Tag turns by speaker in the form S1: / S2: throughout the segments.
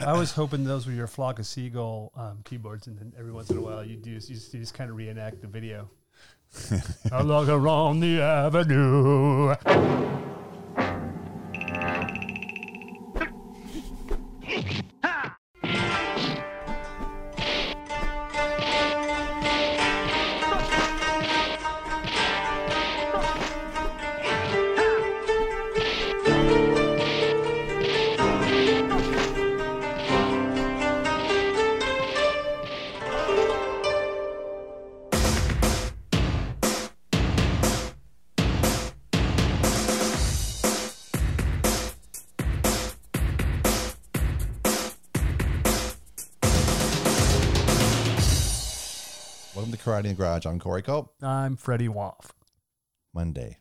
S1: I was hoping those were your flock of seagull um, keyboards, and then every once in a while you do you just, you just kind of reenact the video. I look around the avenue.
S2: Welcome to Karate in the Garage. I'm Corey Culp.
S1: I'm Freddie Woff.
S2: Monday.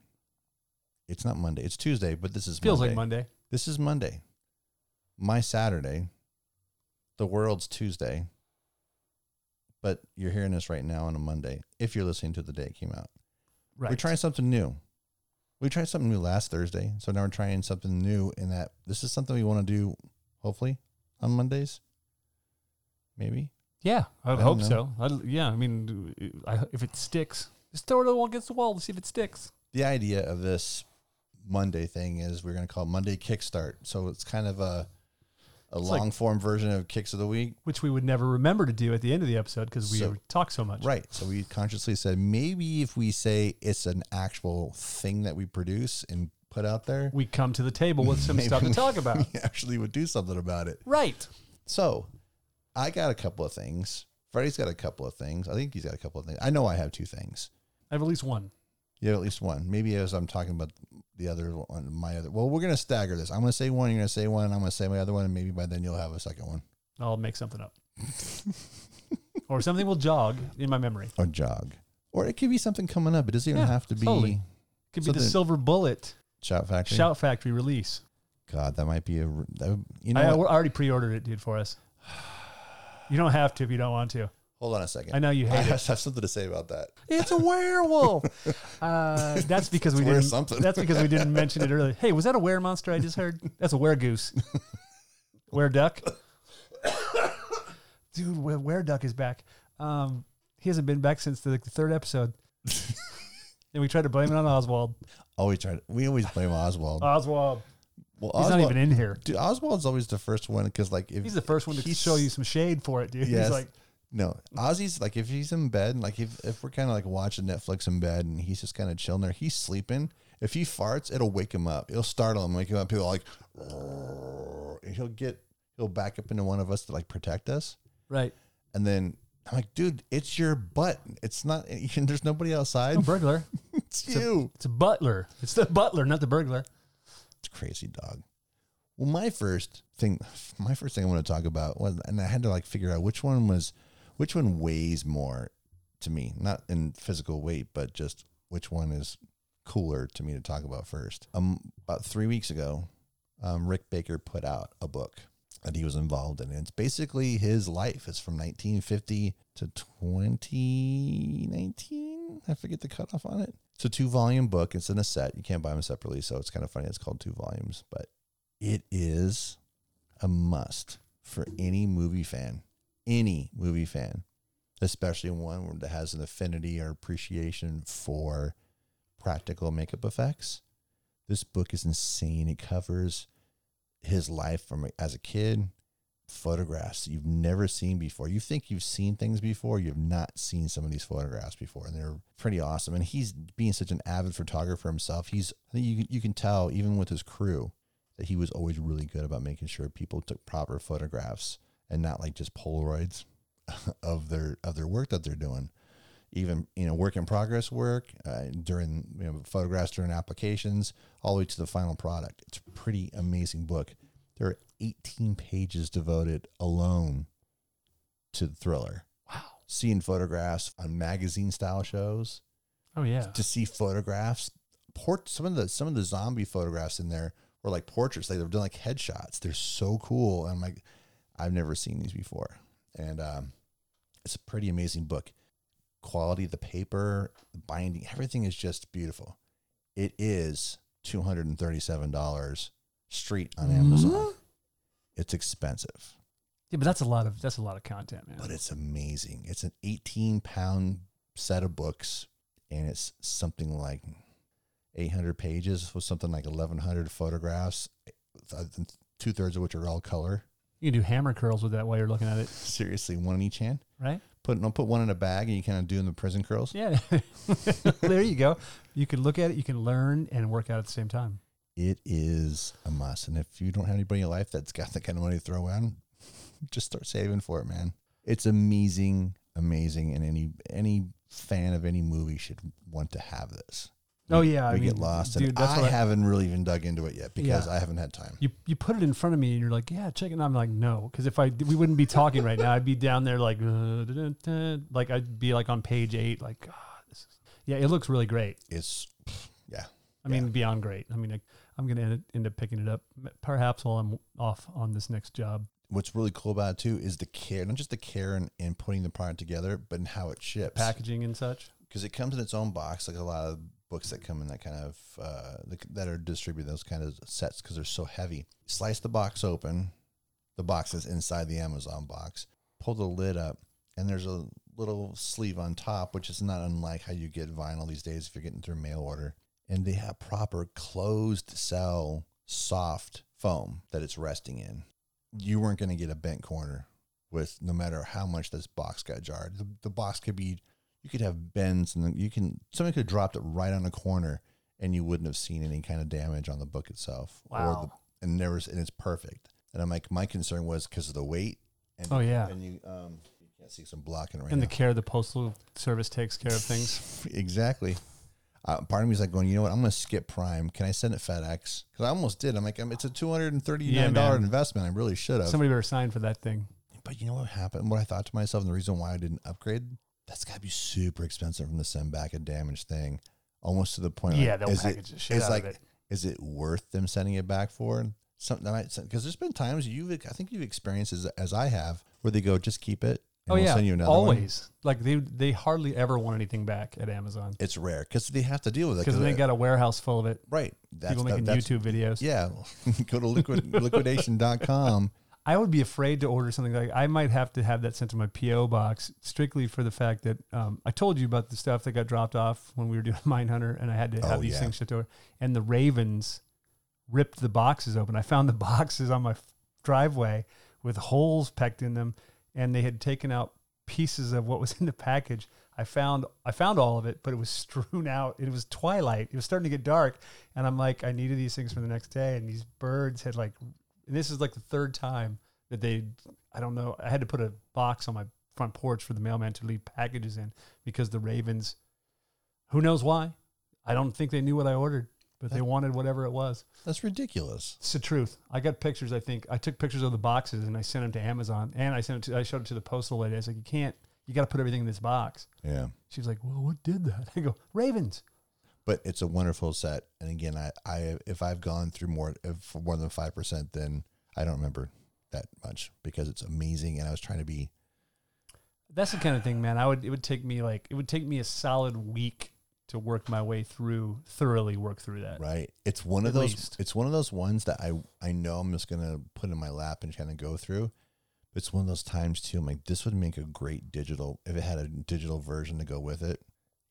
S2: It's not Monday. It's Tuesday, but this is
S1: Feels
S2: Monday.
S1: like Monday.
S2: This is Monday. My Saturday. The world's Tuesday. But you're hearing this right now on a Monday if you're listening to the day it came out.
S1: Right.
S2: We're trying something new. We tried something new last Thursday, so now we're trying something new in that this is something we want to do hopefully on Mondays. Maybe.
S1: Yeah, I would
S2: I
S1: hope
S2: don't
S1: so. I'd, yeah, I mean, I, if it sticks, just throw it all against the wall to see if it sticks.
S2: the idea of this Monday thing is we're going to call it Monday Kickstart. So it's kind of a a
S1: It's like-
S2: long form version of Kicks of the Week.
S1: Which we would never remember to do at the end of the episode because we
S2: So-
S1: talk so much.
S2: Right. So we consciously said maybe if we say it's an actual thing that we produce and put out there,
S1: We come to the table with some
S2: Maybe
S1: stuff to
S2: we-
S1: talk about.
S2: we actually would do something about it.
S1: right.
S2: So I got a couple of things. Freddie's got a couple of things. I think he's got a couple of things. I know I have two things.
S1: I have at least one.
S2: You have at least one. Maybe as I'm talking about the other one, my other. Well, we're gonna stagger this. I'm gonna say one. You're gonna say one. I'm gonna say my other one, and maybe by then you'll have a second one
S1: I'll make something up. or something will jog in my memory.
S2: or jog, or it could be something coming up. It doesn't even
S1: Yeah,
S2: have to be
S1: totally. Could be
S2: So
S1: the
S2: then-
S1: Silver Bullet
S2: Shout Factory.
S1: Shout Factory release.
S2: God, that might be a. r- That, would- you know,
S1: I, I
S2: what?
S1: already pre-ordered it, dude, for us. You don't have to if you don't want to.
S2: hold on a second.
S1: I know you
S2: I
S1: hate it.
S2: have something to say about that.
S1: It's a werewolf. uh, that's because we
S2: It's were
S1: didn't.
S2: something.
S1: That's because we didn't mention it earlier. Hey, was that a were monster I just heard? That's a were goose. were duck. Dude, were duck is back. Um, he hasn't been back since the, the third episode. and we tried to blame it on Oswald.
S2: Always try. To, we always blame Oswald.
S1: Oswald.
S2: well,
S1: Uh, He's
S2: Oswald,
S1: not even in here.
S2: Dude, Oswald's always the first one because, like, if
S1: He's the first one to
S2: he's-
S1: show you some shade for it, dude.
S2: Yes.
S1: He's like,
S2: No, Ozzy's like if he's in bed, like if, if we're kind of like watching Netflix in bed and he's just kind of chilling there, he's sleeping. If he farts, it'll wake him up. It'll startle him, wake him up. He'll like, and he'll get he'll back up into one of us to like protect us.
S1: right.
S2: And then I'm like, dude, it's your butt. It's not. And there's nobody outside.
S1: A burglar.
S2: It's you.
S1: It's a butler. It's the butler, not the burglar.
S2: It's crazy, dog. Well, my first thing, my first thing I want to talk about was, and I had to like figure out which one was, which one weighs more to me, not in physical weight, but just which one is cooler to me to talk about first. Um, about three weeks ago, um, Rick Baker put out a book that he was involved in. And it's basically his life. It's from 1950 to 2019. I forget the cutoff on it. It's a two volume book. It's in a set. You can't buy them separately. So it's kind of funny. It's called two volumes, but it is a must for any movie fan, any movie fan, especially one that has an affinity or appreciation for practical makeup effects. This book is insane. It covers his life from as a kid, photographs that you've never seen before. You think you've seen things before, you've not seen some of these photographs before, and they're pretty awesome. And he's being such an avid photographer himself. He's I think you can- you can tell even with his crew that he was always really good about making sure people took proper photographs and not like just Polaroids of their of their work that they're doing even you know work in progress work uh, during you know photographs during applications all the way to the final product it's a pretty amazing book there are 18 pages devoted alone to the thriller
S1: Wow.
S2: seeing photographs on magazine style shows
S1: Oh yeah.
S2: to see photographs port some of the some of the zombie photographs in there were like portraits like they're doing like headshots they're so cool and i'm like i've never seen these before and um it's a pretty amazing book quality of the paper the binding everything is just beautiful it is $237 street on amazon it's expensive
S1: Yeah, but that's a lot of that's a lot of content, man.
S2: but it's amazing. It's an 18 pound set of books, and it's something like 800 pages with something like 1,100 photographs, two thirds of which are all color.
S1: you can do hammer curls with that while you're looking at it,
S2: Seriously, one in each hand.
S1: right?
S2: Put no, put one in a bag, and you kind of doing the prison curls.
S1: Yeah. there you go. You can look at it, you can learn and work out at the same time.
S2: It is a must, and if you don't have anybody in your life that's got that kind of money to throw around, just start saving for it, man. It's amazing, amazing, and any any fan of any movie should want to have this.
S1: Oh yeah,
S2: we
S1: I mean,
S2: get lost.
S1: dude.
S2: and
S1: that's
S2: I,
S1: what I,
S2: haven't really even dug into it yet because
S1: Yeah.
S2: I haven't had time.
S1: you you put it in front of me and you're like, yeah, check it. And I'm like, no, because if I we wouldn't be talking right now. I'd be down there like, uh, dun, dun, dun. like I'd be like on page eight, like, God, this is, yeah, it looks really great.
S2: It's yeah,
S1: I mean, beyond great. I mean, I, I'm gonna end, end up picking it up m- perhaps while I'm off on this next job.
S2: what's really cool about it too is the care, not just the care in, in putting the product together, but in how it ships.
S1: Packaging and such.
S2: because it comes in its own box, like a lot of books that come in that kind of uh, the, that are distributed those kind of sets because they're so heavy. Slice the box open, the box is inside the Amazon box. Pull the lid up, and there's a little sleeve on top, which is not unlike how you get vinyl these days if you're getting through mail order. And they have proper closed cell soft foam that it's resting in. You weren't going to get a bent corner with no matter how much this box got jarred. The, the box could be you could have bends and then you can somebody could have dropped it right on a corner and you wouldn't have seen any kind of damage on the book itself
S1: Wow.
S2: the, and there was and it's perfect and i'm like my concern was because of the weight and
S1: Oh, yeah.
S2: and you um you can't see some blocking right
S1: and
S2: now
S1: the care the postal service takes care of things.
S2: exactly uh, part of me is like going you know what i'm gonna skip prime can i send it fedex because i almost did i'm like um, it's a $239
S1: Yeah, man.
S2: investment i really should have
S1: Somebody better sign for that thing.
S2: But you know what happened? What I thought to myself, and the reason why I didn't upgrade, that's got to be super expensive from the send back a damaged thing, almost to the point.
S1: Yeah, they'll
S2: is
S1: package the shit
S2: is
S1: out
S2: like,
S1: of it.
S2: Is it worth them sending it back for? Something that might because there's been times you've I think you've experienced as, as I have where they go just keep it. And
S1: oh yeah,
S2: send you another one."
S1: always. Like they they hardly ever want anything back at Amazon
S2: It's rare because they have to deal with it
S1: because they
S2: it-
S1: got a warehouse full of it.
S2: right. That's
S1: People
S2: the-
S1: making
S2: that's-
S1: YouTube videos.
S2: Yeah, go to liquid, liquidation.com.
S1: I would be afraid to order something like I might have to have that sent to my PO box strictly for the fact that um, I told you about the stuff that got dropped off when we were doing Mindhunter, and I had to have
S2: Oh,
S1: these
S2: yeah.
S1: things shipped over. And the Ravens ripped the boxes open. I found the boxes on my f- driveway with holes pecked in them, and they had taken out pieces of what was in the package. I found I found all of it, but it was strewn out. It was twilight. It was starting to get dark, and I'm like, I needed these things for the next day. And these birds had like, and this is like the third time that they, I don't know. I had to put a box on my front porch for the mailman to leave packages in because the ravens, who knows why, I don't think they knew what I ordered, but they wanted whatever it was.
S2: That's ridiculous.
S1: It's the truth. I got pictures. I think I took pictures of the boxes and I sent them to Amazon and I sent it to. I showed it to the postal lady. I was like, you can't. You got to put everything in this box.
S2: Yeah.
S1: She was like, well, what did that? I go, ravens.
S2: but it's a wonderful set. And again, I, I if I've gone through more if more than five percent, then I don't remember that much because it's amazing. And I was trying to be
S1: That's the kind of thing, man. I would. It would take me like it would take me a solid week to work my way through thoroughly work through that.
S2: right. It's one of
S1: At
S2: those.
S1: least.
S2: It's one of those ones that I I know I'm just gonna put in my lap and kind of go through. It's one of those times too. I'm like, this would make a great digital if it had a digital version to go with it.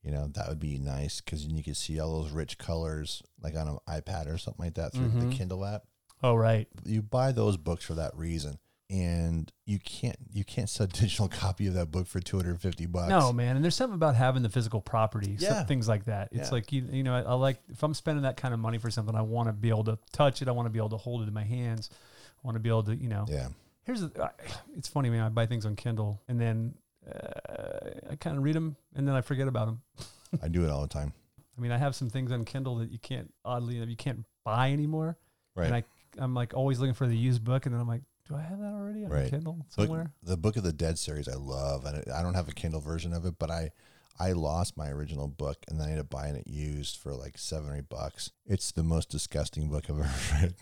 S2: You know, that would be nice because you could see all those rich colors like on an iPad or something like that through
S1: Mhm.
S2: the Kindle app.
S1: Oh right.
S2: you buy those books for that reason and you can't you can't sell a digital copy of that book for 250 bucks
S1: No man, and there's something about having the physical property, so-
S2: Yeah.
S1: things like that. It's
S2: Yeah.
S1: like you, you know, I, I like if I'm spending that kind of money for something, I want to be able to touch it. I want to be able to hold it in my hands. I want to be able to, you know,
S2: yeah
S1: here's the, I, it's funny man i buy things on kindle and then uh, i kind of read them and then i forget about them
S2: i do it all the time
S1: i mean i have some things on kindle that you can't oddly enough you can't buy anymore
S2: right
S1: and i i'm like always looking for the used book and then i'm like do i have that already on
S2: Right.
S1: kindle
S2: Look,
S1: somewhere
S2: the book of the dead series i love and i I don't have a kindle version of it but i i lost my original book and then i had to buy it used for like seven or eight bucks it's the most disgusting book i've ever read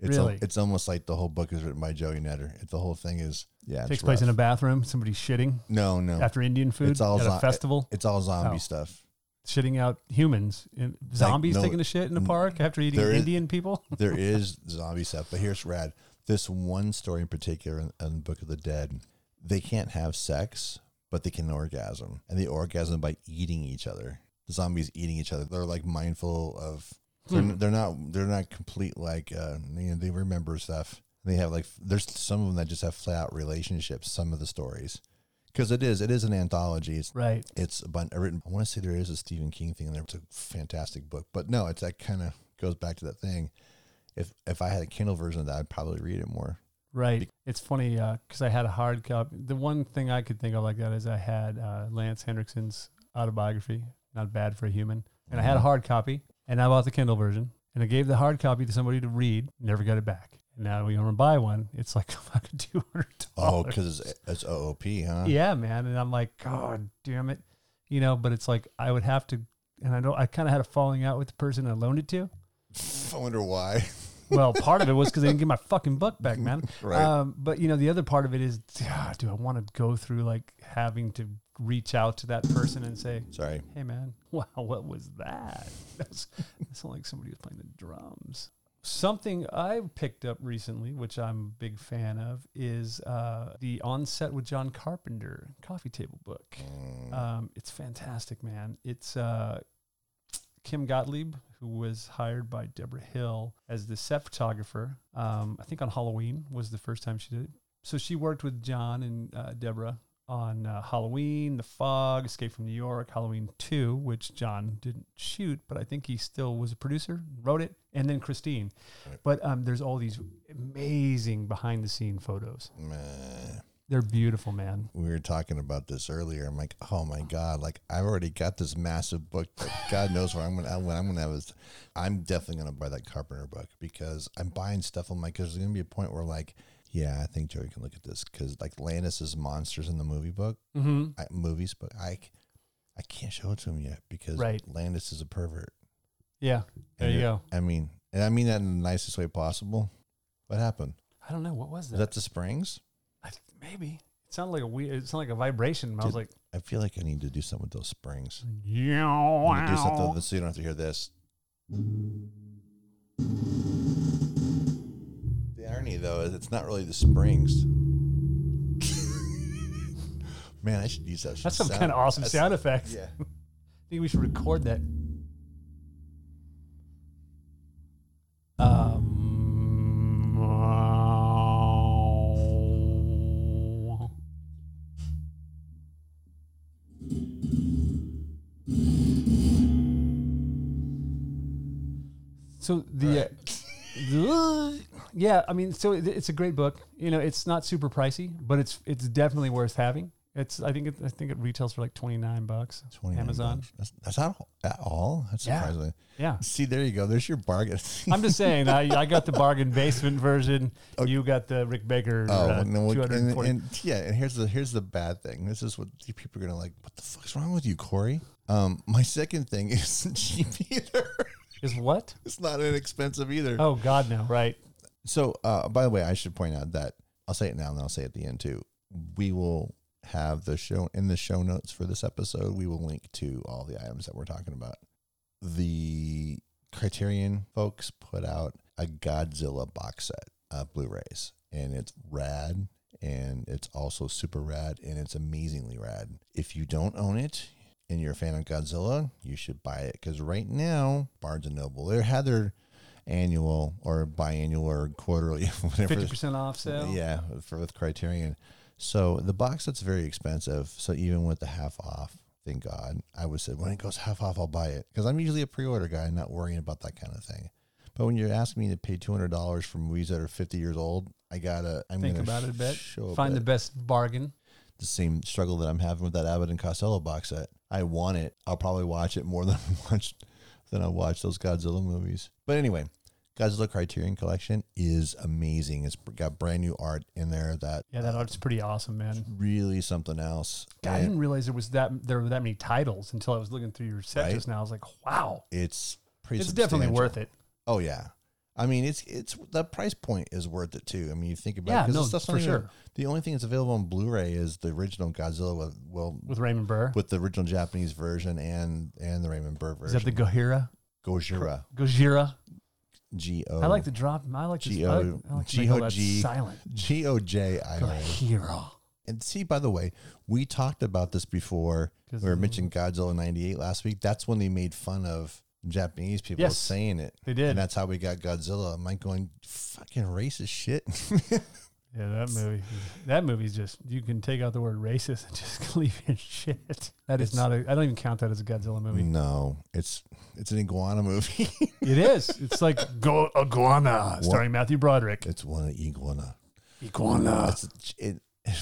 S2: it's al-
S1: Really?
S2: it's almost like the whole book is written by joey netter it, the whole thing is yeah it's
S1: takes place in a
S2: rough.
S1: bathroom somebody shitting
S2: no no
S1: after indian food
S2: It's all
S1: at a
S2: zo-
S1: festival
S2: it's all zombie
S1: Oh.
S2: stuff
S1: shitting out humans and zombies
S2: no,
S1: taking a shit in the
S2: n-
S1: park after eating
S2: there is-
S1: indian people
S2: there is zombie stuff, but here's rad. this one story in particular in, in Book of the Dead, they can't have sex, but they can orgasm, and they orgasm by eating each other. The zombies eating each other. They're like mindful of. They're,
S1: Hmm.
S2: they're not. They're not complete. Like uh, you know, they remember stuff. They have like. There's some of them that just have flat out relationships. Some of the stories, because it is. It is an anthology. It's
S1: Right.
S2: it's a bunch written. I want to say there is a Stephen King thing in there. It's a fantastic book, but no, it's that kind of goes back to that thing. If if I had a Kindle version of that, I'd probably read it more.
S1: Right. It's funny because I had a hard copy. The one thing I could think of like that is I had uh, Lance Hendrickson's autobiography, Not Bad for a Human. And I
S2: Mm-hmm.
S1: had a hard copy and I bought the Kindle version and I gave the hard copy to somebody to read, never got it back. And now we want to buy one. It's like fucking $200.
S2: Oh, because it's, it's OOP, huh?
S1: Yeah, man. And I'm like, God damn it. You know, but it's like I would have to, and I don't, I kind of had a falling out with the person I loaned it to.
S2: I wonder why.
S1: Well, part of it was because they didn't get my fucking book back, man.
S2: Right.
S1: Um, but you know, the other part of it is, ah, do I want to go through like having to reach out to that person and say,
S2: Sorry.
S1: "Hey, man, wow, what was that?" That's that's not like somebody was playing the drums. Something I picked up recently, which I'm a big fan of, is uh, the Onset with John Carpenter coffee table book.
S2: Mm,
S1: Um, it's fantastic, man. It's uh, Kim Gottlieb, who was hired by Deborah Hill as the set photographer. Um, I think on Halloween was the first time she did it. So she worked with John and uh, Deborah on uh, Halloween, The Fog, Escape from New York, Halloween 2, which John didn't shoot, but I think he still was a producer, wrote it, and then Christine.
S2: Right.
S1: But um, there's all these amazing behind the scene photos.
S2: Mm, meh.
S1: They're beautiful, man.
S2: we were talking about this earlier. I'm like, oh my god! Like I've already got this massive book. But god knows where I'm gonna when I'm gonna have this. I'm definitely gonna buy that Carpenter book because I'm buying stuff. I'm like, 'cause there's gonna be a point where like, yeah, I think Joey can look at this because like Lannis's monsters in the movie book,
S1: Mm-hmm.
S2: I, movies, but I, c- I can't show it to him yet because
S1: Right.
S2: Landis is a pervert.
S1: Yeah, there
S2: And
S1: you
S2: uh, it-
S1: go.
S2: I mean, and I mean that in the nicest way possible. What happened?
S1: I don't know. What was
S2: Is that the Springs?
S1: I think maybe it sounded like a weird. It sounded like a vibration. And I was like,
S2: I feel like I need to do something with those springs.
S1: yeah,
S2: I'm gonna do something with this so you don't have to hear this. The irony, though, is it's not really the springs. Man, I should use that.
S1: That's some kind of awesome sound effects.
S2: Yeah.
S1: I think we should record that. Um, so the. uh, yeah, I mean, so it- it's a great book. You know, it's not super pricey, but it's it's definitely worth having. It's I think it, I think it retails for like twenty nine bucks.
S2: 29
S1: Amazon.
S2: bucks. That's, that's not at all. That's
S1: Yeah.
S2: surprising.
S1: Yeah,
S2: See, there you go. There's your bargain.
S1: I'm just saying. I, I got the bargain basement version. You got the Rick Baker.
S2: Oh,
S1: uh,
S2: no, and,
S1: 240.
S2: and- yeah, and here's the here's the bad thing. This is what the people are gonna like. What the fuck's wrong with you, Corey? Um, my second thing isn't cheap either.
S1: is what?
S2: it's not inexpensive either.
S1: Oh God, no! Right?
S2: So, uh, by the way, I should point out that I'll say it now, and I'll say it at the end too. We will have the show in the show notes for this episode. We will link to all the items that we're talking about. The Criterion folks put out a Godzilla box set of Blu-rays, and it's rad, and it's also super rad, and it's amazingly rad. If you don't own it, and you're a fan of Godzilla, you should buy it because right now Barnes and Noble they had their annual or biannual or quarterly whatever
S1: Fifty percent off sale.
S2: yeah for with Criterion. So the box that's very expensive. So even with the half off, thank God, I would say when it goes half off, I'll buy it because I'm usually a pre-order guy, not worrying about that kind of thing. But when you're asking me to pay two hundred dollars for movies that are fifty years old, I gotta I'm
S1: Think
S2: gonna
S1: about it a bit.
S2: Show
S1: Find
S2: bit
S1: the best bargain.
S2: the same struggle that I'm having with that Abbott and Costello box set. I want it. I'll probably watch it more than I watched than I watch those Godzilla movies. But anyway, Godzilla Criterion Collection is amazing. It's got brand new art in there that
S1: Yeah, that art's pretty awesome, man.
S2: really something else.
S1: God, I
S2: And
S1: didn't realize there was that there were that many titles until I was looking through your set
S2: Right.
S1: just now. I was like, wow,
S2: it's pretty.
S1: it's definitely
S2: substantial.
S1: worth it.
S2: Oh yeah. I mean, it's it's the price point is worth it too. I mean, you think about
S1: Yeah,
S2: it 'cause
S1: no,
S2: this stuff's
S1: for
S2: not even-
S1: sure.
S2: The only thing that's available on Blu-ray is the original Godzilla with well
S1: With Raymond Burr,
S2: with the original Japanese version and and the Raymond Burr
S1: is
S2: version.
S1: that the Gohira?
S2: Gojira.
S1: Gojira?
S2: G O.
S1: I like to drop. I like to. I like, I like to make all that
S2: G-O-G.
S1: silent.
S2: Oh. G O J I O.
S1: Hero.
S2: And see, by the way, we talked about this before. We
S1: 'Cause
S2: were
S1: the-
S2: mentioning Godzilla '98 last week. That's when they made fun of Japanese people
S1: Yes,
S2: saying it.
S1: they did.
S2: and that's how we got Godzilla. Am I going fucking racist shit?
S1: Yeah, that movie. That movie's just you can take out the word racist and just leave it shit. That is
S2: It's-
S1: not a. I don't even count that as a Godzilla movie.
S2: no, it's it's an iguana movie.
S1: it is. It's like Go Iguana, starring Matthew Broderick.
S2: it's one iguana.
S1: Iguana.
S2: That's it.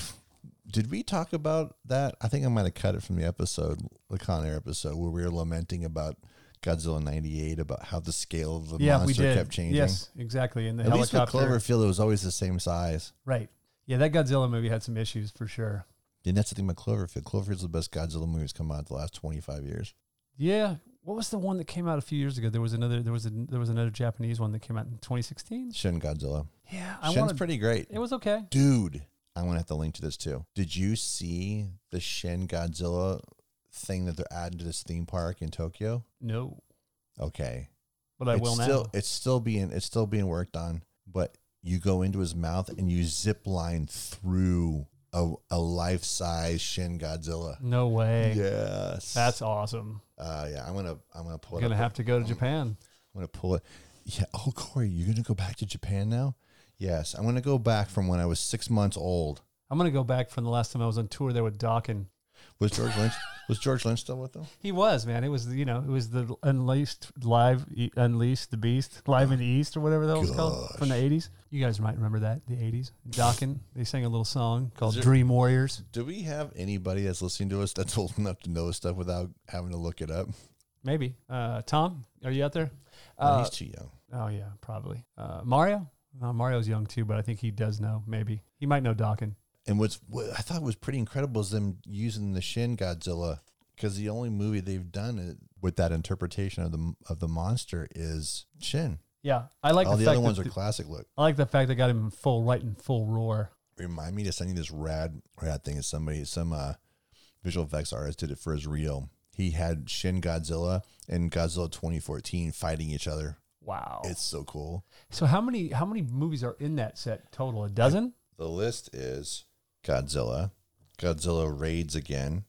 S2: Did we talk about that? I think I might have cut it from the episode, the Con Air episode, where we were lamenting about Godzilla '98, about how the scale of the
S1: Yeah, we
S2: monster
S1: did.
S2: kept changing.
S1: Yes, exactly. And the
S2: At least with
S1: helicopter.
S2: Cloverfield, it was always the same size.
S1: Right. Yeah, that Godzilla movie had some issues for sure.
S2: And that's the thing about Cloverfield. Cloverfield's the best Godzilla movie that's come out in the last 25 years.
S1: Yeah. What was the one that came out a few years ago? There was another. There was a, there was another Japanese one that came out in 2016.
S2: Shin Godzilla.
S1: Yeah, I
S2: Shin's
S1: wanted.
S2: pretty great.
S1: it was okay.
S2: Dude, I'm going to have to link to this too. Did you see the Shin Godzilla thing that they're adding to this theme park in Tokyo?
S1: No,
S2: Okay.
S1: but I
S2: it's
S1: will
S2: still,
S1: now.
S2: It's still being it's still being worked on, but you go into his mouth and you zip line through a, a life size Shin Godzilla.
S1: No way.
S2: Yes.
S1: That's awesome.
S2: uh yeah, I'm gonna I'm gonna pull
S1: We're
S2: it
S1: gonna
S2: up.
S1: have to go to Japan.
S2: I'm gonna pull it. Yeah. Oh, Corey, you're gonna go back to Japan now? Yes, I'm gonna go back from when I was six months old.
S1: I'm gonna go back from the last time I was on tour there with Dawkins.
S2: Was George Lynch? was George Lynch still with them?
S1: He was man. It was the- you know it was the unleashed live E- unleashed the beast live in the east or whatever that was called from the
S2: Gosh.
S1: 80s. You guys might remember that the 80s. Dawkins they sang a little song called
S2: there-
S1: Dream Warriors.
S2: Do we have anybody that's listening to us that's old enough to know stuff without having to look it up?
S1: Maybe uh, Tom, are you out there?
S2: No,
S1: Uh,
S2: he's too young.
S1: oh yeah, probably uh, Mario. Uh, Mario's young too, but I think he does know. Maybe he might know Dawkins.
S2: And what's what I thought was pretty incredible is them using the Shin Godzilla because the only movie they've done it, with that interpretation of the of the monster is Shin.
S1: Yeah, I like
S2: All
S1: the,
S2: the,
S1: fact
S2: other ones
S1: that
S2: are
S1: th-
S2: classic. Look,
S1: I like the fact they got him in full right and full roar.
S2: remind me to send you this rad rad thing. Is somebody some uh, visual effects artist did it for his reel. He had Shin Godzilla and Godzilla 2014 fighting each other.
S1: Wow.
S2: It's so cool.
S1: so how many how many movies are in that set total? A dozen?
S2: The list is Godzilla, Godzilla raids again,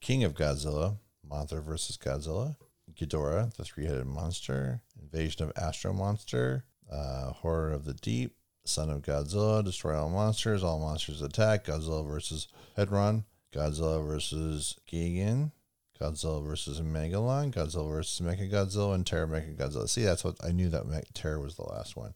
S2: King of Godzilla, Mothra versus Godzilla, Ghidorah, the three-headed monster, Invasion of Astro Monster, uh, Horror of the Deep, Son of Godzilla, Destroy All Monsters, All Monsters Attack, Godzilla versus Hedron, Godzilla versus Gigan, Godzilla versus Megalon, Godzilla versus Mechagodzilla, and Terra Mechagodzilla. See, that's what I knew that Mech- Terra was the last one.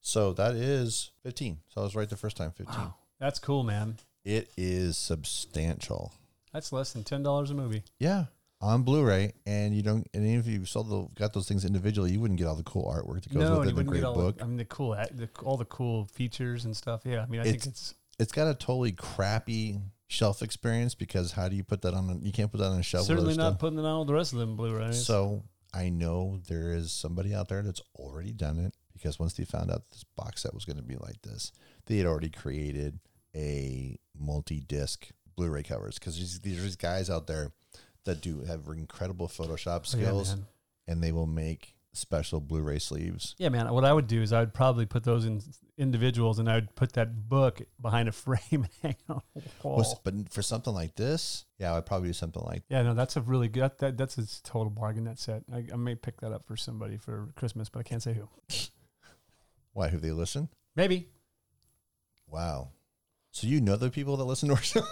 S2: So that is 15. So I was right the first time, 15.
S1: Wow. That's cool, man.
S2: It is substantial.
S1: That's less than ten dollars a movie.
S2: Yeah. On Blu-ray, and you don't. And even if you sold the, got those things individually, you wouldn't get all the cool artwork that goes
S1: no, and
S2: with
S1: you
S2: it. The
S1: wouldn't
S2: great
S1: get all
S2: book.
S1: I mean the cool act- the, all the cool features and stuff. Yeah, I mean I think
S2: It's-
S1: it's
S2: It's got a totally crappy shelf experience because how do you put that on? A, you can't put that on a shelf. with
S1: certainly
S2: other
S1: not
S2: stuff.
S1: putting it on all the rest of them Blu-rays.
S2: So I know there is somebody out there that's already done it because once they found out this box set was going to be like this, they had already created a multi-disc Blu-ray covers because these these are these guys out there that do have incredible Photoshop
S1: Oh, yeah,
S2: skills
S1: man.
S2: and they will make special Blu-ray sleeves.
S1: Yeah, man. What I would do is I would probably put those in individuals, and I would put that book behind a frame and hang on the wall.
S2: Was- But for something like this, yeah, I'd probably do something like
S1: Yeah, no, that's a really good. That, that that's a total bargain. That set. I, I may pick that up for somebody for Christmas, but I can't say who.
S2: why who they listen?
S1: Maybe.
S2: Wow. So you know the people that listen to our show?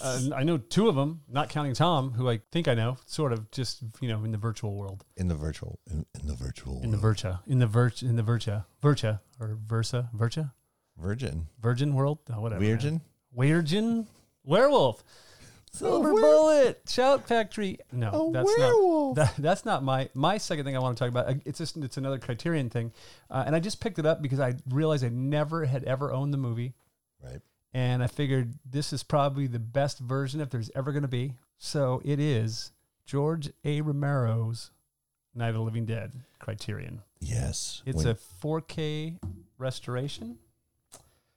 S1: uh, I know two of them, not counting Tom, who I think I know, sort of just you know in the virtual world,
S2: in the virtual in, in the virtual
S1: in the
S2: world.
S1: virtua, in the virt, in the virtua, virtua or versa, virtua,
S2: virgin.
S1: virgin world, oh, whatever. man.
S2: Virgin?
S1: Weirgin, werewolf, silver
S2: were-
S1: bullet, shout factory. No,
S2: A
S1: that's
S2: werewolf.
S1: not. That, that's not my my second thing I want to talk about. Uh, It's just it's another Criterion thing, uh, and I just picked it up because I realized I never had ever owned the movie.
S2: Right.
S1: and I figured this is probably the best version if there's ever going to be. So it is George A. Romero's Night of the Living Dead Criterion.
S2: Yes.
S1: It's a
S2: When-
S1: 4K restoration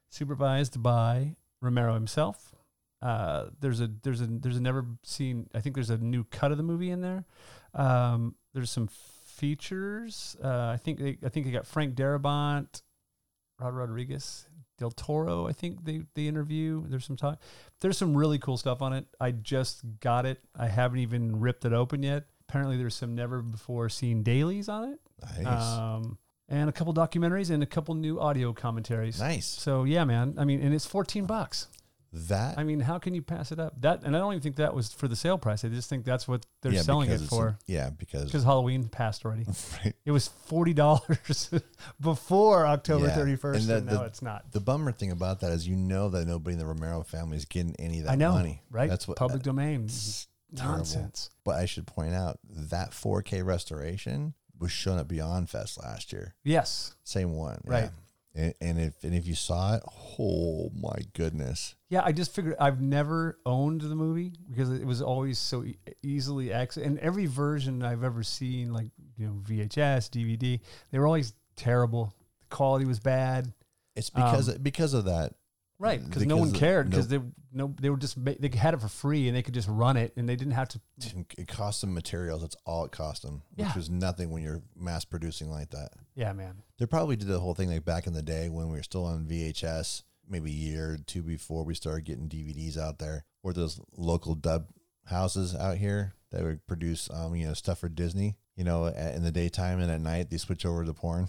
S1: supervised by Romero himself. Uh, there's a there's a there's a never seen I think there's a new cut of the movie in there. Um, there's some features. Uh, I think they, I think they got Frank Darabont, Rod Rodriguez, Del Toro. I think they they interview. There's some talk. There's some really cool stuff on it. I just got it. I haven't even ripped it open yet. Apparently, there's some never before seen dailies on it,
S2: Nice.
S1: um, and a couple documentaries and a couple new audio commentaries.
S2: nice.
S1: So yeah, man. I mean, and it's 14 bucks.
S2: That
S1: I mean, how can you pass it up? That and I don't even think that was for the sale price. I just think that's what they're
S2: yeah,
S1: selling it
S2: because it's
S1: for
S2: a- yeah, because
S1: because Halloween passed already.
S2: right.
S1: It was forty dollars before October
S2: Yeah,
S1: thirty first,
S2: and the-
S1: and, now
S2: the-
S1: it's not.
S2: The bummer thing about that is you know that nobody in the Romero family is getting any of that
S1: I know,
S2: money.
S1: right?
S2: That's what
S1: public
S2: that-
S1: domain
S2: it's terrible.
S1: nonsense.
S2: But I should point out that 4K restoration was shown at Beyond Fest last year.
S1: Yes,
S2: Same one. yeah.
S1: Right.
S2: And, and if and if you saw it, oh my goodness.
S1: yeah. I just figured I've never owned the movie because it was always so e- easily access. And every version I've ever seen, like you know VHS, DVD, they were always terrible. The quality was bad.
S2: It's
S1: Um,
S2: because because of that.
S1: Right, because no one
S2: Because, uh,
S1: cared
S2: no-
S1: because they no they were just ma- they had it for free and they could just run it and they didn't have to.
S2: It cost them materials. That's all it cost them, which
S1: Yeah.
S2: was nothing when you're mass producing like that.
S1: Yeah, man.
S2: They probably did the whole thing like back in the day when we were still on VHS, maybe a year or two before we started getting DVDs out there, or those local dub houses out here that would produce, um, you know, stuff for Disney. You know, a- in the daytime and at night they switch over to porn,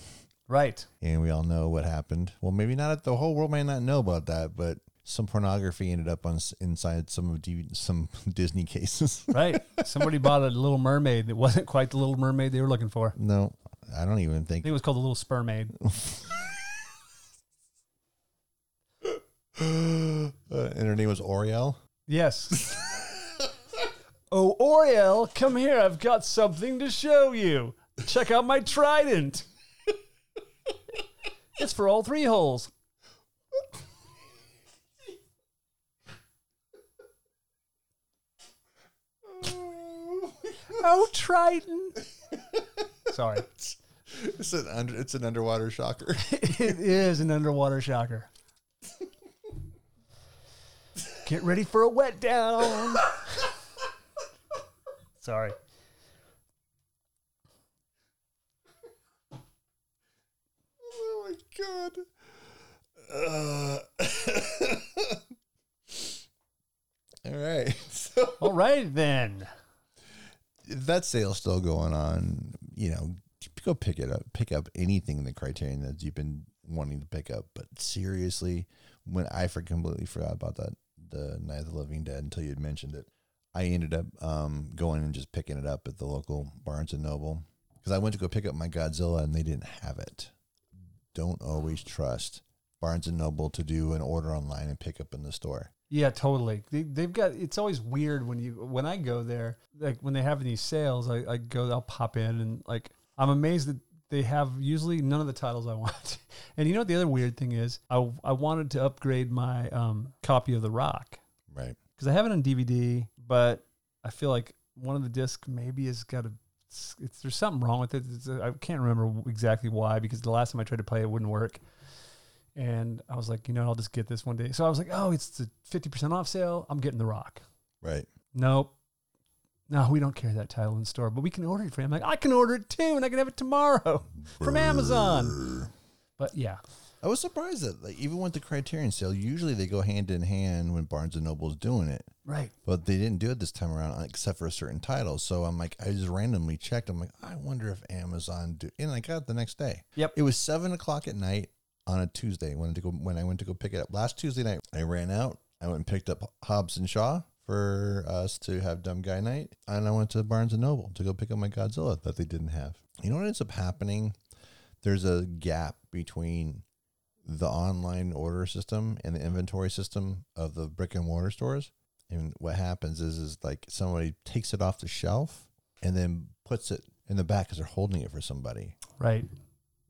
S1: Right.
S2: and we all know what happened. Well, maybe not the whole world may not know about that, but some pornography ended up on s- inside some of DV- some Disney cases.
S1: Right. Somebody bought a Little Mermaid that wasn't quite the Little Mermaid they were looking for. I
S2: no, I don't even think
S1: think it was called the Little Spermaid.
S2: uh, and her name was Oriel.
S1: Yes. oh, Oriel, come here. I've got something to show you. Check out my trident. it's for all three holes. Oh, trident. Sorry.
S2: It's an under, it's an underwater shocker.
S1: It is an underwater shocker. Get ready for a wet down. Sorry.
S2: oh my god. Uh, all right. So
S1: All right then.
S2: that sale's still going on. You know, go pick it up. Pick up anything in the Criterion that you've been wanting to pick up. But seriously, when I for completely forgot about that, the Night of the Living Dead until you had mentioned it, I ended up um, going and just picking it up at the local Barnes and Noble because I went to go pick up my Godzilla and they didn't have it. Don't always trust Barnes and Noble to do an order online and pick up in the store.
S1: Yeah, totally. They, they've got. It's always weird when you when I go there, like when they have these sales, I, I go, I'll pop in, and like I'm amazed that they have usually none of the titles I want. and you know what the other weird thing is? I I wanted to upgrade my um, copy of The Rock
S2: Right.
S1: because I have it on DVD, but I feel like one of the discs maybe has got a. It's, it's- there's something wrong with it. It's, uh, I can't remember exactly why because the last time I tried to play it, it wouldn't work. And I was like, you know, I'll just get this one day. So I was like, oh, it's the 50% off sale. I'm getting The Rock.
S2: Right.
S1: Nope. No, we don't carry that title in the store, but we can order it for you. I'm like, I can order it too, and I can have it tomorrow from Amazon. But yeah,
S2: I was surprised that like, even with the Criterion sale, usually they go hand in hand when Barnes and Noble's doing it,
S1: right.
S2: but they didn't do it this time around, uh, except for a certain title. So I'm like, I just randomly checked. I'm like, I wonder if Amazon do, and I got it the next day.
S1: Yep.
S2: It was seven o'clock at night on a Tuesday when I, to go, when I went to go pick it up last Tuesday night. I ran out. I went and picked up Hobbs and Shaw for us to have Dumb Guy Night, and I went to Barnes and Noble to go pick up my Godzilla that they didn't have. You know what ends up happening? There's a gap between the online order system and the inventory system of the brick and mortar stores. And what happens is, is like somebody takes it off the shelf and then puts it in the back because they're holding it for somebody
S1: Right.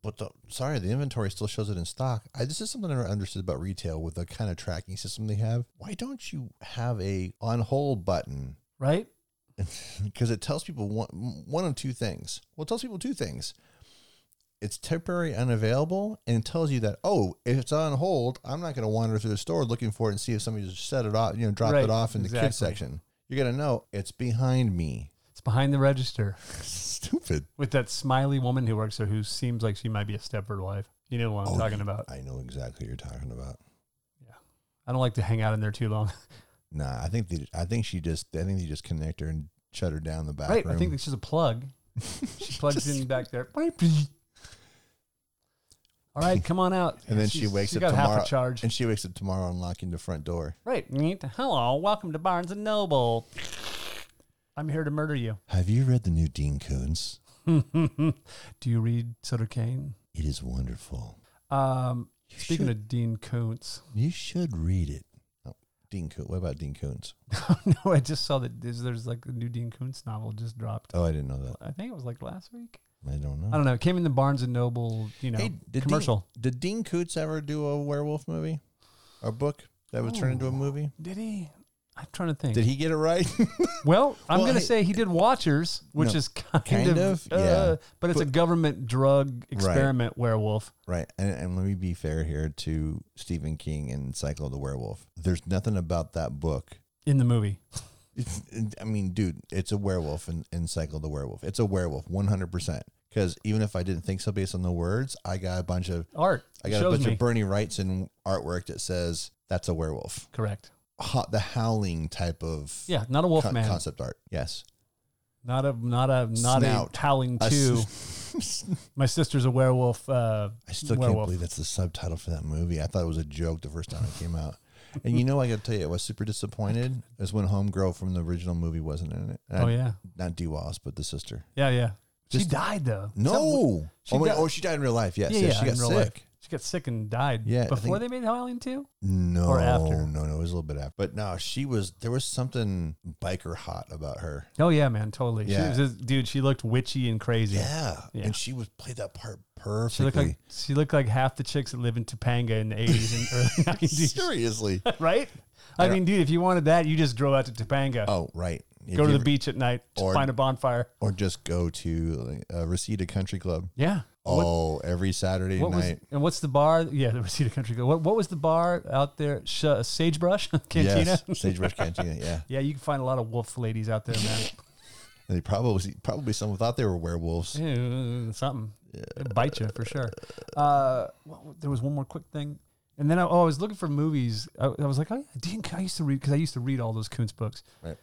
S2: but the sorry, the inventory still shows it in stock. I this is something I never understood about retail with the kind of tracking system they have. Why don't you have a on hold button?
S1: Right.
S2: Because it tells people one one of two things. Well, it tells people two things. It's temporary unavailable and it tells you that, oh, if it's on hold, I'm not going to wander through the store looking for it and see if somebody just set it off, you know, dropped
S1: Right,
S2: it off in the
S1: exactly.
S2: kids section. You're going to know it's behind me.
S1: It's behind the register
S2: Stupid.
S1: with that smiley woman who works there who seems like she might be a Stepford wife. You know what I'm
S2: Oh,
S1: talking about.
S2: I know exactly what you're talking about.
S1: I don't like to hang out in there too long.
S2: Nah, I think they, I think she just I think they just connect her and shut her down in the back
S1: right.
S2: room.
S1: I think it's just a plug. She plugs
S2: Just-
S1: in back there. All right, come on out.
S2: And then she
S1: She's-
S2: wakes
S1: she's
S2: up
S1: got half
S2: tomorrow
S1: a charge.
S2: and she wakes up tomorrow unlocking the front door.
S1: Right. Hello, welcome to Barnes and Noble. I'm here to murder you.
S2: Have you read the new Dean Koontz?
S1: Do you read Sutter Kane?
S2: It is wonderful.
S1: Um,
S2: You
S1: speaking
S2: should,
S1: of Dean Koontz,
S2: you should read it. Oh, Dean Koontz. What about Dean Koontz?
S1: no, I just saw that there's, there's like a new Dean Koontz novel just dropped.
S2: Oh, I didn't know that.
S1: I think it was like last week.
S2: I don't know.
S1: I don't know. It came in the Barnes and Noble, you know,
S2: Hey, did
S1: commercial.
S2: Dean, did Dean Koontz ever do a werewolf movie or book that was turned into a
S1: Ooh.
S2: movie?
S1: Did he? I'm trying to think.
S2: Did he get it right?
S1: Well, I'm
S2: Well,
S1: going to
S2: hey-
S1: say he did Watchers, which
S2: No.
S1: is kind,
S2: Kind
S1: of, uh,
S2: of, yeah.
S1: but it's a government drug experiment werewolf.
S2: right. And, and let me be fair here to Stephen King and Cycle of the Werewolf. There's nothing about that book.
S1: In the movie,
S2: It's, I mean, dude, it's a werewolf in, in Cycle of the Werewolf. It's a werewolf, 100%. Because even if I didn't think so based on the words, I got a bunch of
S1: art.
S2: I got a
S1: shows
S2: bunch
S1: me.
S2: of Bernie Wrightson artwork that says that's a werewolf.
S1: Correct.
S2: Ho- the howling type of
S1: Yeah, not a wolf
S2: con-
S1: man.
S2: concept art. Yes.
S1: Not a not a not
S2: Snout.
S1: a howling
S2: A
S1: two.
S2: s-
S1: My sister's a werewolf. Uh,
S2: I still
S1: Werewolf.
S2: can't believe that's the subtitle for that movie. I thought it was a joke the first time it came out. And you know, I got to tell you, I was super disappointed is when Homegirl from the original movie wasn't in it. And
S1: oh
S2: I-
S1: yeah,
S2: Not D Wallace, but the sister.
S1: yeah, yeah. she
S2: Just-
S1: died though. Is that what-
S2: No.
S1: She
S2: oh, my,
S1: died-
S2: oh, she died in real life. Yes.
S1: Yeah, yeah,
S2: yes, she
S1: in
S2: got
S1: real
S2: sick.
S1: life. she got sick and died.
S2: Yeah, I
S1: before
S2: think-
S1: they made Howling two.
S2: No.
S1: Or after?
S2: No, no. It was a little bit after. But no, she was, there was something biker hot about her.
S1: Oh yeah, man, totally. She
S2: Yeah.
S1: was just- dude, she looked witchy and crazy.
S2: Yeah.
S1: Yeah.
S2: And she was played that part
S1: She
S2: perfectly.
S1: looked like she looked like half the chicks that live in Topanga in the eighties and early nineties,
S2: Seriously.
S1: right? I,
S2: I don't-
S1: mean, dude, if you wanted that, you just drove out to Topanga,
S2: Oh, right. If
S1: go to
S2: you
S1: the
S2: ever-
S1: beach at night, just
S2: or-
S1: find a bonfire.
S2: Or just go to uh, Reseda Country Club.
S1: Yeah. What-
S2: Oh, every Saturday
S1: What was
S2: night.
S1: and what's the bar? Yeah, the Reseda Country Club. What what was the bar out there? Sh- uh, Sagebrush Cantina.
S2: Yes, Sagebrush Cantina. Yeah,
S1: Yeah, you can find a lot of wolf ladies out there,
S2: they probably probably someone thought they were werewolves.
S1: man. Ew, Something It'll bite you for sure. Uh, what- there was one more quick thing, and then I, oh, I was looking for movies. I, I was like, oh, yeah, Dean, I used to read because I used to read all those Koontz books,
S2: Right.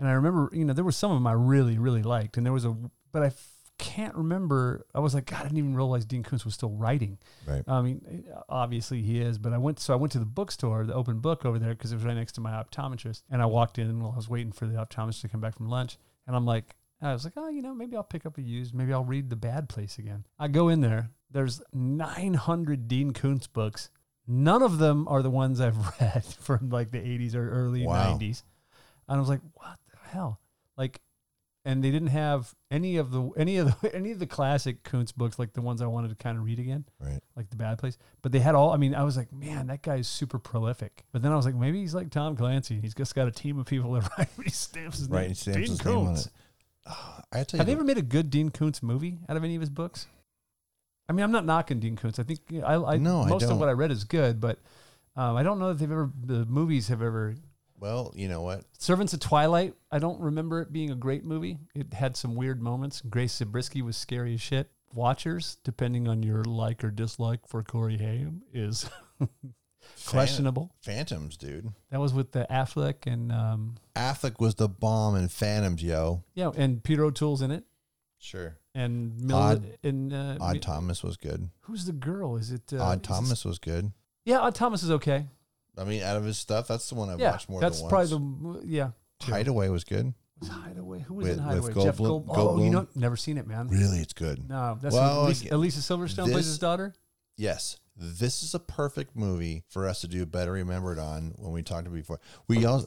S1: and I remember, you know, there were some of them I really really liked, and there was a, but I f- can't remember. I was like, God, I didn't even realize Dean Koontz was still writing.
S2: Right.
S1: I mean, obviously he is, but I went, so I went to the bookstore, the open book over there, because it was right next to my optometrist. And I walked in while I was waiting for the optometrist to come back from lunch. And I'm like, I was like, oh, you know, maybe I'll pick up a used, maybe I'll read The Bad Place again. I go in there, there's 900 Dean Koontz books. None of them are the ones I've read from like the 80s or early
S2: Wow.
S1: 90s. And I was like, what the hell? Like, and they didn't have any of the any of the any of the classic Koontz books like the ones I wanted to kind of read again
S2: Right.
S1: like the bad place. But they had all. I mean, I was like, man, that guy is super prolific. But then I was like, maybe he's like Tom Clancy. He's just got a team of people that write these stamps. His
S2: Right.
S1: name.
S2: And stamps
S1: Dean
S2: his name on
S1: Koontz.
S2: it. Ah, I tell you,
S1: Have they ever made a good Dean Koontz movie out of any of his books? I mean, I'm not knocking Dean Koontz. I think you know, I, I
S2: No, I
S1: most of
S2: don't.
S1: what I read is good, but um, I don't know that they've ever the movies have ever.
S2: well, you know what?
S1: Servants of Twilight. I don't remember it being a great movie. It had some weird moments. Grace Zabriskie was scary as shit. Watchers, depending on your like or dislike for Corey Haim, is
S2: Phan-
S1: questionable.
S2: Phantoms, dude.
S1: That was with the Affleck and um,
S2: Affleck was the bomb in Phantoms, yo.
S1: yeah, and Peter O'Toole's in it,
S2: Sure.
S1: and Mil-
S2: Odd-
S1: and uh,
S2: Odd
S1: Mi-
S2: Thomas was good.
S1: who's the girl? Is it uh, is
S2: Odd
S1: it-
S2: Thomas was good.
S1: yeah, Odd Thomas is okay.
S2: I mean, out of his stuff, that's the one I've
S1: yeah,
S2: watched more
S1: that's
S2: than once.
S1: probably the yeah.
S2: Hideaway was good.
S1: Was Hideaway? Who was
S2: With-
S1: in
S2: with
S1: Hideaway? Jeff
S2: Goldblum-
S1: Goldblum. Oh, you
S2: Goldblum.
S1: know, never seen it, man.
S2: Really, it's good.
S1: No, that's
S2: Well,
S1: Elisa,
S2: again,
S1: Elisa Silverstone plays
S2: this-
S1: his daughter.
S2: Yes, this is a perfect movie for us to do better remembered on when we talked about it before. We all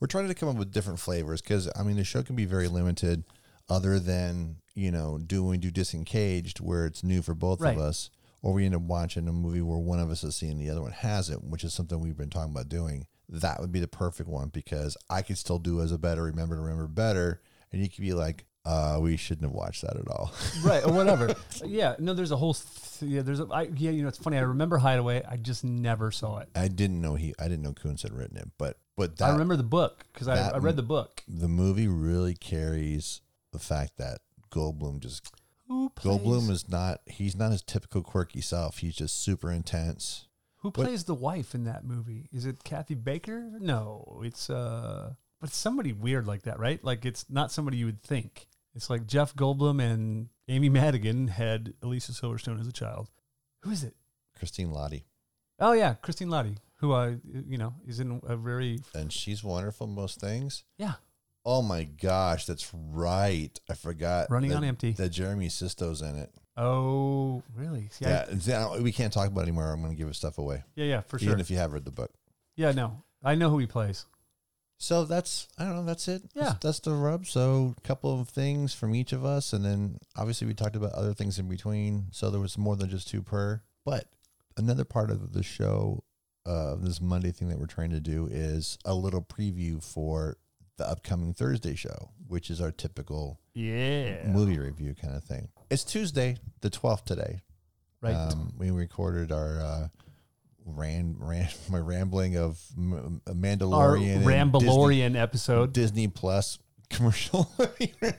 S2: we're trying to come up with different flavors because I mean the show can be very limited, other than you know do when we do disengaged where it's new for both
S1: Right.
S2: of us, or we end up watching a movie where one of us has seen the other one hasn't, which is something we've been talking about doing. That would be the perfect one because I could still do as a better remember to remember better, and you could be like, uh, we shouldn't have watched that at all.
S1: right or whatever. yeah, no, there's a whole th- yeah. There's a I, yeah. You know, it's funny. I remember Hideaway. I just never saw it.
S2: I didn't know he I didn't know Coons had written it, but but that
S1: I remember the book because I,
S2: that
S1: I read the book.
S2: the movie really carries the fact that Goldblum just
S1: Who plays,
S2: Goldblum is not he's not his typical quirky self. He's just super intense.
S1: who plays the wife in that movie? Is it Kathy Baker? No, it's uh, but it's somebody weird like that, right? Like it's not somebody you would think. It's like Jeff Goldblum and Amy Madigan had Elisa Silverstone as a child. Who is it?
S2: Christine Lottie,
S1: Oh yeah, Christine Lottie, who I you know is in a very
S2: and she's wonderful in most things.
S1: yeah
S2: Oh my gosh, that's right. I forgot.
S1: running
S2: that,
S1: on empty.
S2: That Jeremy Sisto's in it.
S1: oh really? See, I-
S2: Yeah, yeah, we can't talk about it anymore. I'm going to give his stuff away,
S1: yeah, yeah, for
S2: even
S1: sure.
S2: if you have read the book.
S1: yeah, no, I know who he plays.
S2: So that's I don't know. That's it. That's-
S1: Yeah.
S2: that's, the rub. So a couple of things from each of us, and then obviously we talked about other things in between. So there was more than just two per. But another part of the show, uh, this Monday thing that we're trying to do is a little preview for the upcoming Thursday show, which is our typical
S1: Yeah,
S2: movie review kind of thing. It's Tuesday, the twelfth today.
S1: right.
S2: Um, we recorded our uh, ran ran my rambling of M- M-
S1: Our
S2: Mandalorian, and
S1: Rambalorian episode.
S2: Disney Plus commercial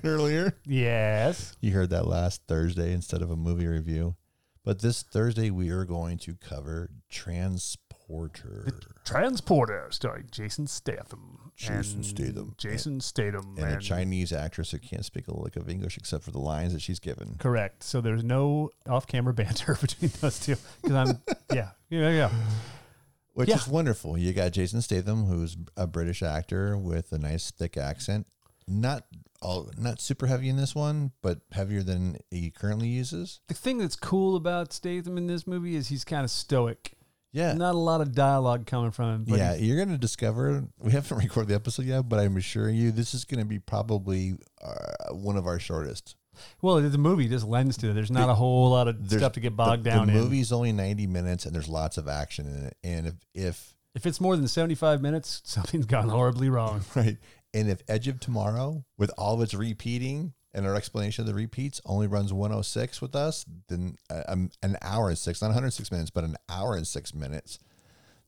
S2: earlier.
S1: Yes.
S2: You heard that last Thursday instead of a movie review. But this Thursday, we are going to cover Transporter.
S1: Transporter starring Jason Statham.
S2: Jason
S1: and
S2: Statham.
S1: Jason Statham.
S2: And a Chinese actress who can't speak a lick of English except for the lines that she's given.
S1: Correct. So there's no off camera banter between those two. Because I'm, yeah, yeah, yeah.
S2: Which
S1: Yeah.
S2: is wonderful. You got Jason Statham, who's a British actor with a nice thick accent. Not all, not super heavy in this one, but heavier than he currently uses.
S1: The thing that's cool about Statham in this movie is he's kind of stoic.
S2: Yeah,
S1: Not a lot of dialogue coming from him. But
S2: yeah, you're going to discover. We haven't recorded the episode yet, but I'm assuring you, this is going to be probably uh, one of our shortest.
S1: he- well, the movie just lends to it. There's not a whole lot of
S2: There's-
S1: stuff to get bogged
S2: the,
S1: down
S2: The
S1: in.
S2: movie's only 90 minutes, and there's lots of action in it. And if, if
S1: If it's more than 75 minutes, something's gone horribly wrong.
S2: right, and if Edge of Tomorrow, with all of its repeating and our explanation of the repeats, only runs 106 with us, then uh, um, an hour and six, not 106 minutes, but an hour and six minutes,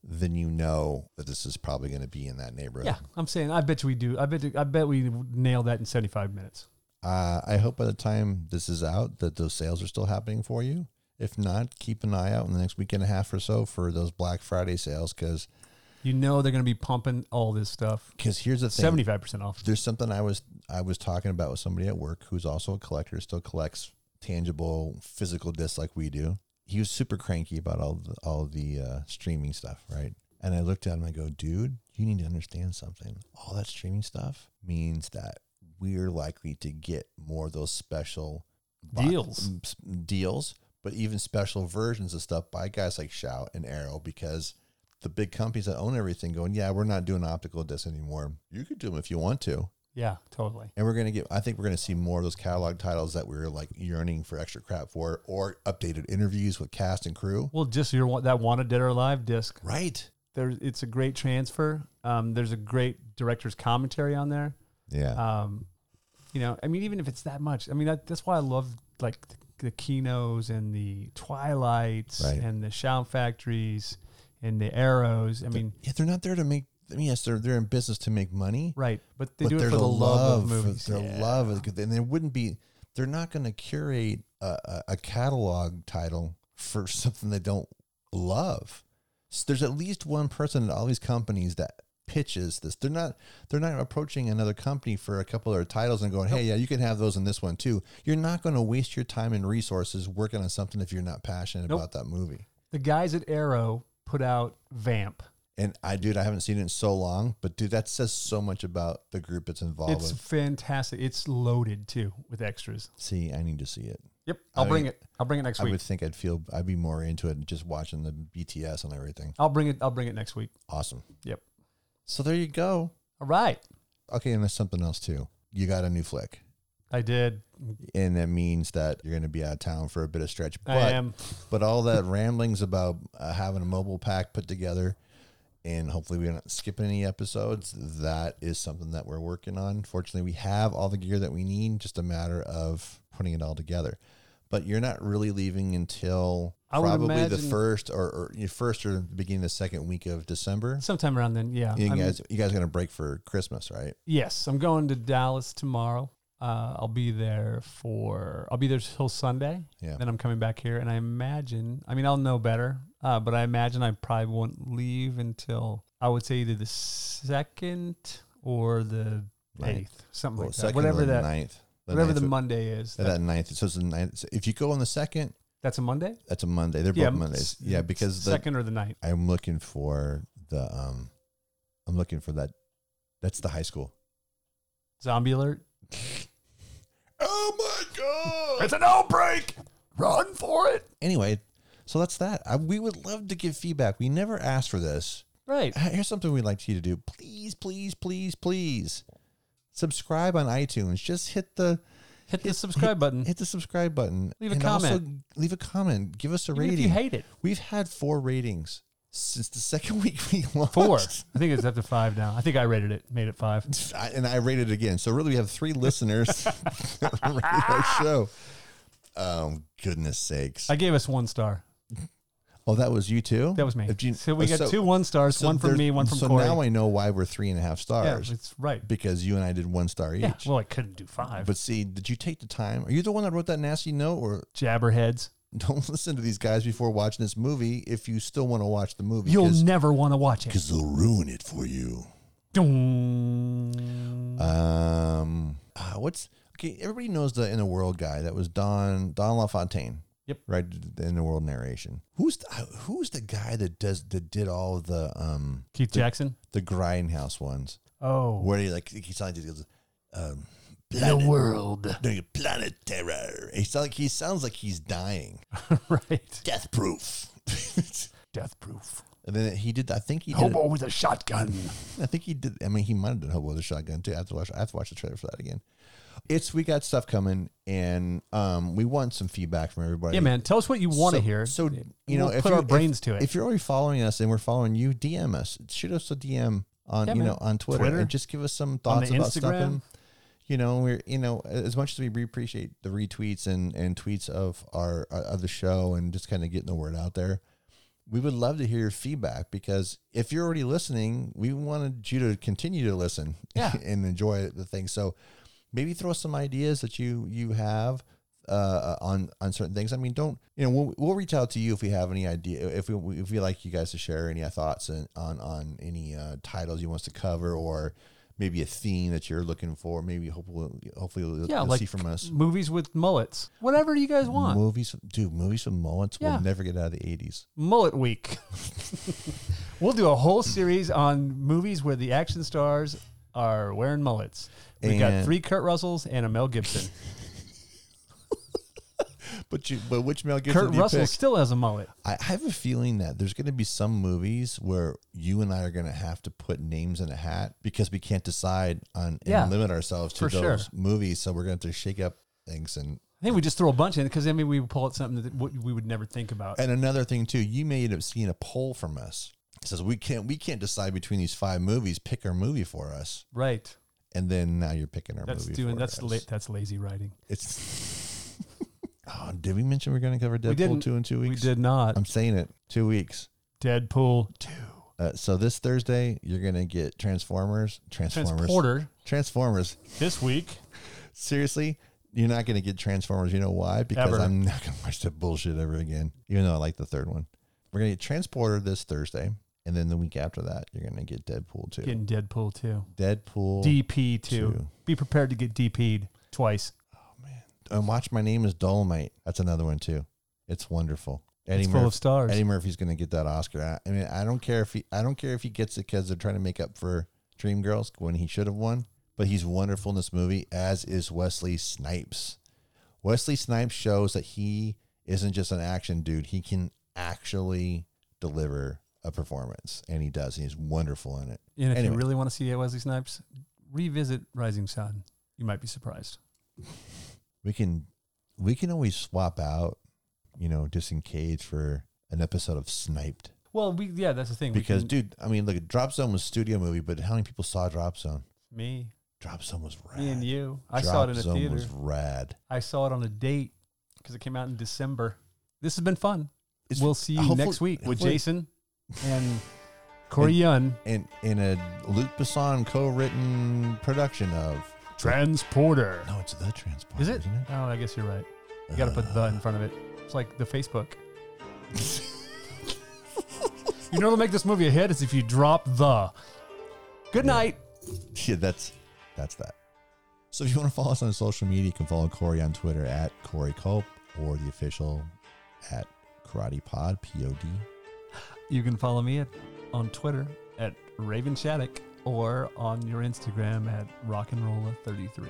S2: then you know that this is probably going to be in that neighborhood.
S1: Yeah, I'm saying I bet you we do. I bet I bet we nail that in 75 minutes.
S2: Uh, I hope by the time this is out that those sales are still happening for you. If not, keep an eye out in the next week and a half or so for those Black Friday sales because
S1: You know they're going to be pumping all this stuff.
S2: here's the thing.
S1: Seventy five percent off.
S2: There's something I was I was talking about with somebody at work who's also a collector, still collects tangible physical discs like we do. He was super cranky about all the, all the uh, streaming stuff, right? And I looked at him. I go, dude, you need to understand something. All that streaming stuff means that we're likely to get more of those special box-
S1: Deals.
S2: m- s- deals, but even special versions of stuff by guys like Shout and Arrow because the big companies that own everything going, yeah, we're not doing optical discs anymore. You could do them if you want to.
S1: Yeah, totally.
S2: And we're going to get, I think we're going to see more of those catalog titles that we are like yearning for extra crap for or updated interviews with cast and crew.
S1: Well, just your one- that wanted dead or alive disc.
S2: Right.
S1: There, it's a great transfer. Um, there's a great director's commentary on there.
S2: Yeah.
S1: Um, you know, I mean, even if it's that much, I mean, that, that's why I love like the, the Kinos and the Twilights
S2: Right.
S1: and the Shout Factories and the Arrows. I mean,
S2: yeah, they're not there to make, I mean, yes, they're, they're in business to make money.
S1: right? But they
S2: but
S1: do it
S2: there's
S1: for the
S2: a
S1: love,
S2: for-
S1: of movies.
S2: Their love is good. And there wouldn't be, they're not going to curate a, a, a catalog title for something they don't love. So there's at least one person at all these companies that pitches this. They're not they're not approaching another company for a couple of their titles and going, "Hey, yeah, you can have those in this one too." You're not going to waste your time and resources working on something if you're not passionate
S1: Nope.
S2: about that movie.
S1: The guys at Arrow put out Vamp.
S2: And I dude, I haven't seen it in so long, but dude, that says so much about the group it's involved
S1: It's
S2: with.
S1: fantastic. It's loaded too with extras.
S2: See, I need to see it.
S1: Yep, I'll
S2: I
S1: bring
S2: mean,
S1: it. I'll bring it next
S2: I
S1: week.
S2: would think I'd feel I'd be more into it just watching the BTS and everything.
S1: I'll bring it. I'll bring it next week.
S2: Awesome.
S1: Yep.
S2: So there you go.
S1: All right.
S2: Okay, and there's something else too. You got a new flick,
S1: I did.
S2: and that means that you're going to be out of town for a bit of stretch. But
S1: I am.
S2: but all that ramblings about uh, having a mobile pack put together, and hopefully we're not skipping any episodes. That is something that we're working on. Fortunately, we have all the gear that we need. Just a matter of putting it all together. But you're not really leaving until
S1: I would
S2: probably the
S1: imagine-
S2: first or, or your first or beginning of the second week of December.
S1: Sometime around then. Yeah.
S2: You
S1: I'm-
S2: guys, you guys are gonna break for Christmas, right?
S1: yes, I'm going to Dallas tomorrow. Uh, I'll be there for I'll be there till Sunday.
S2: Yeah.
S1: Then I'm coming back here, and I imagine I mean I'll know better, uh, but I imagine I probably won't leave until I would say either the second or the
S2: Ninth.
S1: eighth, something
S2: Well,
S1: like that.
S2: second
S1: Whatever
S2: or the
S1: that
S2: ninth. The
S1: whatever
S2: ninth
S1: the
S2: would-
S1: Monday is.
S2: that,
S1: That,
S2: ninth. So it's the ninth. So if you go on the second,
S1: that's a Monday.
S2: that's a Monday. They're both
S1: m-
S2: Mondays.
S1: s-
S2: Yeah, because the,
S1: second or the ninth.
S2: I'm looking for the um, I'm looking for that. That's the high school.
S1: Zombie alert.
S2: Oh my god!
S1: an outbreak. Run for it.
S2: anyway, so that's that. I, we would love to give feedback. We never asked for this.
S1: Right.
S2: Here's something we'd like you to do. Please, please, please, please subscribe on iTunes. Just hit the
S1: Hit the subscribe button.
S2: hit the subscribe button.
S1: Leave a
S2: leave a comment. Give us a
S1: Even
S2: rating.
S1: if you hate it.
S2: We've had four ratings since the second week we launched.
S1: Four. I think it's up to five now. I think I rated it, made it five.
S2: I, and I rated it again. So really, we have three listeners that rate our show. Um, goodness sakes!
S1: I gave us one star.
S2: oh, that was you too.
S1: That was me.
S2: If you- uh,
S1: so we got
S2: so-
S1: two one stars,
S2: so
S1: one from
S2: there's-
S1: me, one from
S2: so
S1: Corey.
S2: now I know why we're three and a half
S1: yeah,
S2: stars
S1: it's right.
S2: because you and I did one star each.
S1: Yeah. Well, I couldn't do five.
S2: but see, did you take the time? Are you the one that wrote that nasty note, or
S1: Jabberheads.
S2: don't listen to these guys before watching this movie if you still want to watch the movie?
S1: You'll never want to watch it.
S2: because they'll ruin it for you.
S1: Dun.
S2: Uh, Um, ah, what's okay? Everybody knows the In the World guy. That was Don Don LaFontaine.
S1: Yep.
S2: Right, the In the World narration. Who's the, who's the guy that does that did all the um
S1: Keith Jackson.
S2: the Grindhouse ones
S1: Oh.
S2: where he like he sounds like he goes um planet,
S1: world.
S2: no, planet terror. He sounds like he sounds like he's dying.
S1: right.
S2: Death proof.
S1: Death proof.
S2: and then he did. I think he did.
S1: with a shotgun.
S2: I think he did. I mean, he might have done Hobo with a Shotgun too. I have to watch. I have to watch the trailer for that again. It's we got stuff coming, and um, we want some feedback from everybody.
S1: Yeah, man. Tell us what you want to
S2: So-
S1: hear.
S2: So you
S1: We'll
S2: know, if
S1: put
S2: you-
S1: our
S2: if-
S1: brains to it.
S2: If you're already following us and we're following you, DM us. Shoot us a DM on
S1: Yeah,
S2: you
S1: man.
S2: know on Twitter,
S1: Twitter.
S2: and just give us some thoughts
S1: the
S2: about stuff.
S1: Instagram.
S2: And, you know, we're you know as much as we re- appreciate the retweets and and tweets of our uh, of the show and just kind of getting the word out there. We would love to hear your feedback because if you're already listening, we wanted you to continue to listen
S1: Yeah.
S2: and enjoy the thing. So maybe throw some ideas that you you have uh, on on certain things. I mean, don't you know? We'll, we'll reach out to you if we have any idea, if we if we like you guys to share any thoughts and on on any uh, titles you want us to cover, or maybe a theme that you're looking for. Maybe hopefully hopefully you'll,
S1: yeah,
S2: you'll
S1: like
S2: see from us
S1: movies with mullets. Whatever you guys want.
S2: movies, dude. Movies with mullets
S1: Yeah.
S2: will never get out of the '80s.
S1: Mullet Week. we'll do a whole series on movies where the action stars are wearing mullets. We've got
S2: And-
S1: three Kurt Russells and a Mel Gibson.
S2: But you, but which Mel Gibson
S1: Kurt
S2: do you
S1: Russell
S2: pick?
S1: still has a mullet.
S2: I I have a feeling that there's going to be some movies where you and I are going to have to put names in a hat because we can't decide on and
S1: Yeah,
S2: limit ourselves to
S1: for sure.
S2: those movies. So we're going to have to shake up things. And
S1: I think we just throw a bunch in because I mean we would pull out something that w- we would never think about.
S2: and another thing too, you may end up seeing a poll from us It says we can't we can't decide between these five movies. Pick our movie for us,
S1: right?
S2: and then now you're picking our
S1: That's
S2: movie.
S1: doing
S2: for
S1: that's
S2: us.
S1: la- that's lazy writing.
S2: It's. oh, did we mention we're going to cover
S1: didn't.
S2: Deadpool two in two
S1: We
S2: weeks?
S1: did not.
S2: I'm saying it. Two weeks.
S1: Deadpool two.
S2: Uh, so this Thursday, you're gonna get Transformers, Transformers,
S1: Transporter
S2: Transformers.
S1: this week.
S2: Seriously, you're not gonna get Transformers. You know why? Because
S1: Ever.
S2: I'm not gonna watch that bullshit ever again. Even though I like the third one, we're gonna get Transporter this Thursday, and then the week after that, you're gonna get Deadpool two,
S1: Getting Deadpool two.
S2: Deadpool,
S1: DP two.
S2: two.
S1: Be prepared to get DP'd twice.
S2: and watch. My name is Dolomite. That's another one too. It's wonderful. Eddie
S1: it's full of
S2: Murphy.
S1: stars.
S2: Eddie Murphy's gonna get that Oscar. I, I mean, I don't care if he, I don't care if he gets it because they're trying to make up for Dreamgirls when he should have won. But he's wonderful in this movie, as is Wesley Snipes. Wesley Snipes shows that he isn't just an action dude; he can actually deliver a performance, and he does. And he's wonderful in it.
S1: And if you
S2: Anyway.
S1: really want to see Wesley Snipes, revisit Rising Sun. You might be surprised.
S2: We can, we can always swap out, you know, just in case for an episode of Sniped.
S1: Well, we yeah, that's the thing. We
S2: Because,
S1: can-
S2: dude, I mean, look, Drop Zone was a studio movie, but how many people saw Drop Zone?
S1: me,
S2: Drop Zone was rad.
S1: me and you, I saw it in
S2: Drop
S1: a
S2: Zone
S1: theater.
S2: Was rad.
S1: I saw it on a date because it came out in December. This has been fun.
S2: It's-
S1: we'll see you
S2: hopefully-
S1: next week with
S2: hopefully-
S1: Jason and Corey Yun.
S2: In in a Luke Besson co-written production of
S1: Transporter.
S2: No, it's the transporter.
S1: Is it?
S2: Isn't
S1: Oh, I guess you're right.
S2: it?
S1: You got to put
S2: Uh,
S1: the in front of it. It's like the Facebook. you know what'll make this movie a hit is if you drop the. Good
S2: Yeah.
S1: night.
S2: yeah, that's that's that. So if you want to follow us on social media, you can follow Corey on Twitter at Corey Culp or the official at Karate Pod P O D.
S1: You can follow me at, on Twitter at Raven Shattuck or on your Instagram at Rock and Rolla 33.